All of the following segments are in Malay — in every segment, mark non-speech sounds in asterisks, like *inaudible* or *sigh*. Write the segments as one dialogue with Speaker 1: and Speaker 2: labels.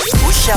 Speaker 1: Aisyah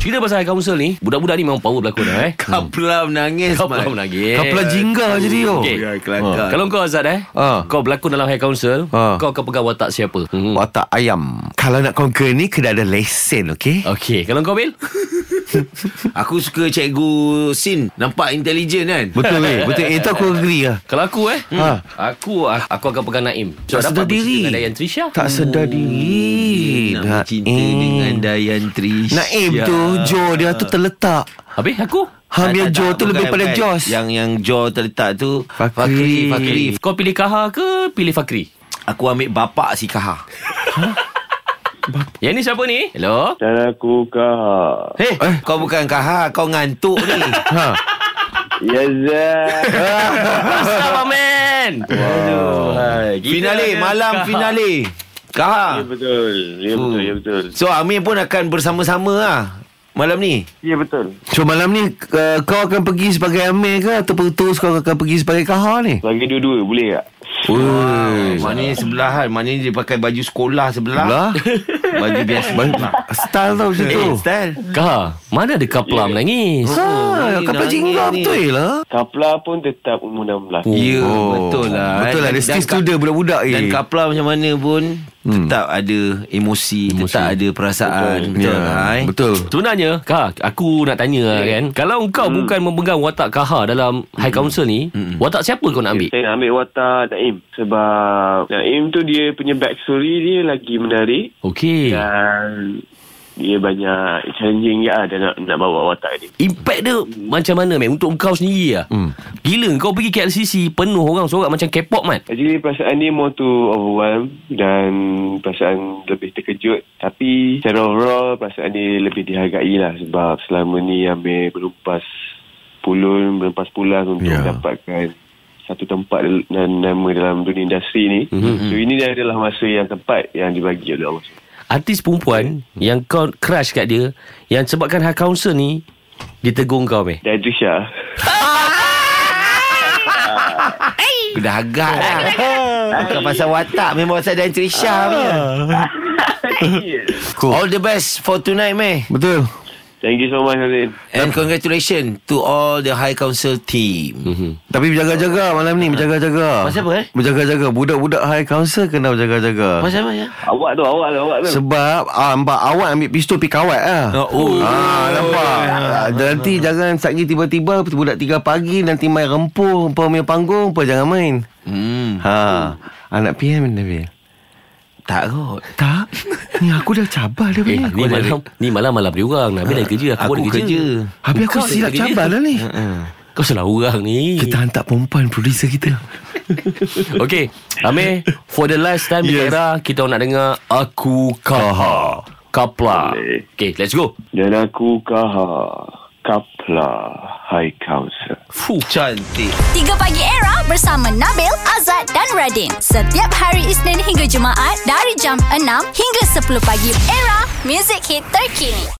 Speaker 2: Cerita pasal kaunsil ni Budak-budak ni memang power pelakon
Speaker 3: *laughs*
Speaker 2: lah eh
Speaker 3: Kapla menangis
Speaker 2: Kau pula
Speaker 3: Mat.
Speaker 2: menangis
Speaker 4: Kau pelan jingga je dia.
Speaker 2: Okey.
Speaker 3: Ya, kelakar.
Speaker 2: Ha. Kalau kau Azad eh
Speaker 4: Ha.
Speaker 2: Kau berlakon dalam high council
Speaker 4: Ha.
Speaker 2: Kau akan pegang watak siapa hmm.
Speaker 4: Watak ayam. Kalau nak conquer ni kena ada lesen, okey?
Speaker 2: Okey Kalau kau Bil
Speaker 3: *laughs* Aku suka cikgu Sin Nampak intelijen kan
Speaker 4: Betul weh. Betul. Eh, Itu aku agree lah.
Speaker 2: Kalau aku eh
Speaker 4: Ha.
Speaker 2: Aku aku akan pegang Naim Sebab
Speaker 4: Tak
Speaker 2: dapat
Speaker 4: sedar diri.
Speaker 2: bercerita Dengan Trisha
Speaker 4: Tak sedar diri.
Speaker 3: Hmm.
Speaker 4: eh.
Speaker 3: Nak cinta dengan Dayan Trish
Speaker 4: Naib tu Joe dia tu terletak
Speaker 2: Habis aku
Speaker 4: Hamil Joe tu lebih pada Jos
Speaker 3: Yang yang Joe terletak tu
Speaker 4: Fakri.
Speaker 3: Fakri,
Speaker 2: Kau pilih Kaha ke Pilih Fakri
Speaker 3: Aku ambil bapak si Kaha
Speaker 2: Yang ni siapa ni Hello
Speaker 5: Dan aku kah.
Speaker 3: Eh, kau bukan Kaha Kau ngantuk ni
Speaker 4: ha.
Speaker 5: Yes, sir.
Speaker 2: Sama man Aduh hai. Gila
Speaker 3: Finale
Speaker 2: dia,
Speaker 3: Malam
Speaker 2: Kaha.
Speaker 3: finale Kaha
Speaker 5: ya betul. Ya betul, ya betul.
Speaker 3: So Amir pun akan bersama-sama lah Malam ni
Speaker 5: Ya betul.
Speaker 4: So malam ni uh, Kau akan pergi sebagai Amir ke Atau terus kau akan pergi sebagai Kahar ni
Speaker 5: Bagi dua-dua boleh tak?
Speaker 3: Wow, Maknanya sebelahan Maknanya dia pakai baju sekolah sebelah
Speaker 4: Lah
Speaker 3: Baju biasa sebelah
Speaker 4: Style tau macam tu
Speaker 3: Eh, style
Speaker 2: Kaha Mana ada kapla menangis
Speaker 4: Ha,
Speaker 3: Oh,
Speaker 4: kau
Speaker 3: nangis
Speaker 4: jingga
Speaker 3: ni.
Speaker 4: betul lah
Speaker 5: Kapla pun tetap umur 16.
Speaker 3: Ya
Speaker 4: Oh,
Speaker 3: betul lah
Speaker 4: Betul lah
Speaker 3: Dan-
Speaker 4: Dia
Speaker 3: dan
Speaker 4: still
Speaker 3: Kak-
Speaker 4: student budak-budak eh.
Speaker 3: Dan kapla macam mana pun Tetap ada emosi, Tetap ada perasaan Betul,
Speaker 4: Ya,
Speaker 3: lah eh.
Speaker 4: Betul
Speaker 2: Sebenarnya Kah Aku nak tanya yeah. kan Kalau engkau hmm. bukan memegang watak Kaha Dalam High Council ni hmm. Watak siapa kau nak ambil?
Speaker 5: Saya nak ambil watak Naim Sebab Naim tu dia punya backstory dia lagi menarik
Speaker 2: Okey
Speaker 5: Dan dia banyak challenging dia lah dia nak, nak bawa watak dia
Speaker 2: Impact dia macam mana man? Untuk kau sendiri lah hmm. Gila kau pergi KLCC Penuh orang sorak macam K-pop man
Speaker 5: Actually perasaan dia more to overwhelm dan perasaan lebih terkejut. Tapi secara overall perasaan dia lebih dihargai lah sebab selama ni Amir berumpas pulun, berumpas pulang untuk yeah. mendapatkan satu tempat dan nama dalam dunia industri ni. Mm-hmm. So ini dia adalah masa yang tepat yang dibagi oleh Allah.
Speaker 2: Artis perempuan Yang kau crush kat dia Yang sebabkan High Council ni Dia tegur kau man
Speaker 5: Dan Trisha.
Speaker 3: Aku dah agak
Speaker 4: *laughs*
Speaker 3: lah Bukan pasal watak Memang pasal dan Trisha
Speaker 4: Ah.
Speaker 3: punya. All the best for tonight meh
Speaker 4: Betul
Speaker 5: Thank you so much Hazrin.
Speaker 3: And congratulations to all the High Council team.
Speaker 4: Tapi berjaga-jaga malam ni Berjaga-jaga
Speaker 3: Pasal apa, eh?
Speaker 4: Berjaga-jaga Budak-budak high council Kena berjaga-jaga
Speaker 3: Macam mana?
Speaker 5: Awak tu, awak tu, awak tu.
Speaker 4: Sebab ah, Mbak awak ambil pistol Pergi kawat lah
Speaker 3: Oh.
Speaker 4: Ah, nampak Ah, Nanti jangan Satnya tiba-tiba Budak 3 pagi Nanti main rempuh Apa main panggung Apa jangan main
Speaker 3: Hmm.
Speaker 4: Ha Anak PM Nabil
Speaker 3: Tak kot.
Speaker 4: Tak Ni aku dah cabar dah
Speaker 2: Eh,
Speaker 4: eh,
Speaker 2: ni malam ni malam malam dia orang. Nabil dah kerja, aku,
Speaker 3: Aku
Speaker 2: baru kerja.
Speaker 3: kerja. Uh-uh.
Speaker 4: Habis aku
Speaker 2: Kau dah
Speaker 4: silap
Speaker 2: kerja.
Speaker 4: cabar lah
Speaker 3: Eh.
Speaker 4: ni
Speaker 2: Kau salah orang ni.
Speaker 4: Kita hantar perempuan Producer kita
Speaker 2: *laughs* Okay Amir For the last time yes.
Speaker 4: Yes.
Speaker 2: Era Kita nak dengar Aku Kaha Kapla
Speaker 5: Boleh.
Speaker 2: Okay let's go
Speaker 5: Dan aku Kaha Kapla High Council.
Speaker 2: Fuh.
Speaker 3: Cantik.
Speaker 6: 3 Pagi Era bersama Nabil, Azad dan Radin. Setiap hari Isnin hingga Jumaat dari jam 6 hingga 10 pagi. Era, music hit terkini.